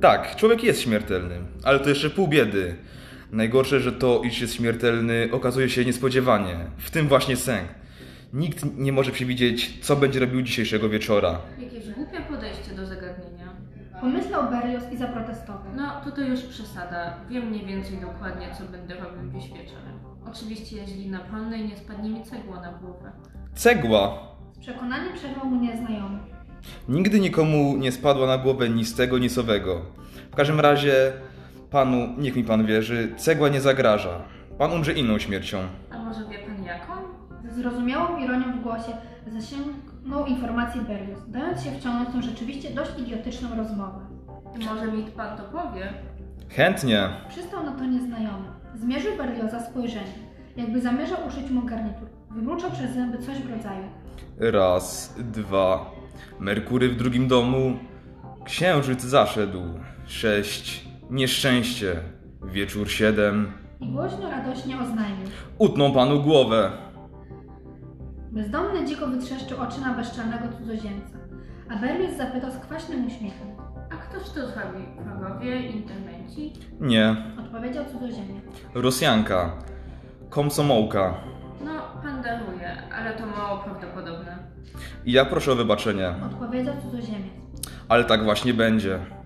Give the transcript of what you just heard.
Tak, człowiek jest śmiertelny, ale to jeszcze pół biedy. Najgorsze, że to, iż jest śmiertelny, okazuje się niespodziewanie. W tym właśnie sęk. Nikt nie może przewidzieć, co będzie robił dzisiejszego wieczora. Jakieś głupie podejście do zagadnienia. Pomyślał Berlioz i zaprotestował. No, to to już przesada. Wiem mniej więcej dokładnie, co będę robił dziś wieczorem. Oczywiście jeździ na polnej nie spadnie mi cegła na głowę. Cegła! Z przekonaniem przerwał mu nieznajomy. Nigdy nikomu nie spadła na głowę nic tego, nic owego. W każdym razie, panu, niech mi pan wierzy, cegła nie zagraża. Pan umrze inną śmiercią. A może wie pan jaką? Ze zrozumiałą ironią w głosie zasięgnął informacji Berlioz, dając się wciągnąć w tą rzeczywiście dość idiotyczną rozmowę. Może mi pan to powie? Chętnie. Przystał na to nieznajomy. Zmierzył Berlioza spojrzeniem, jakby zamierzał uszyć mu garnitur. Wymruczał przez zęby coś w rodzaju. Raz, dwa. Merkury w drugim domu. Księżyc zaszedł. Sześć. Nieszczęście. Wieczór siedem. I głośno, radośnie oznajmił. Utną panu głowę. Bezdomny dziko wytrzeszczył oczy na bezczelnego cudzoziemca, a Berlioz zapytał z kwaśnym uśmiechem. A ktoś to zrobi? Wrogowie, interwenci? Nie. Odpowiedział cudzoziemiec. Rosjanka. Komsomołka. No, pan daruje, ale to mało prawdopodobne. Ja proszę o wybaczenie, Odpowiedział cudzoziemiec. ale tak właśnie będzie.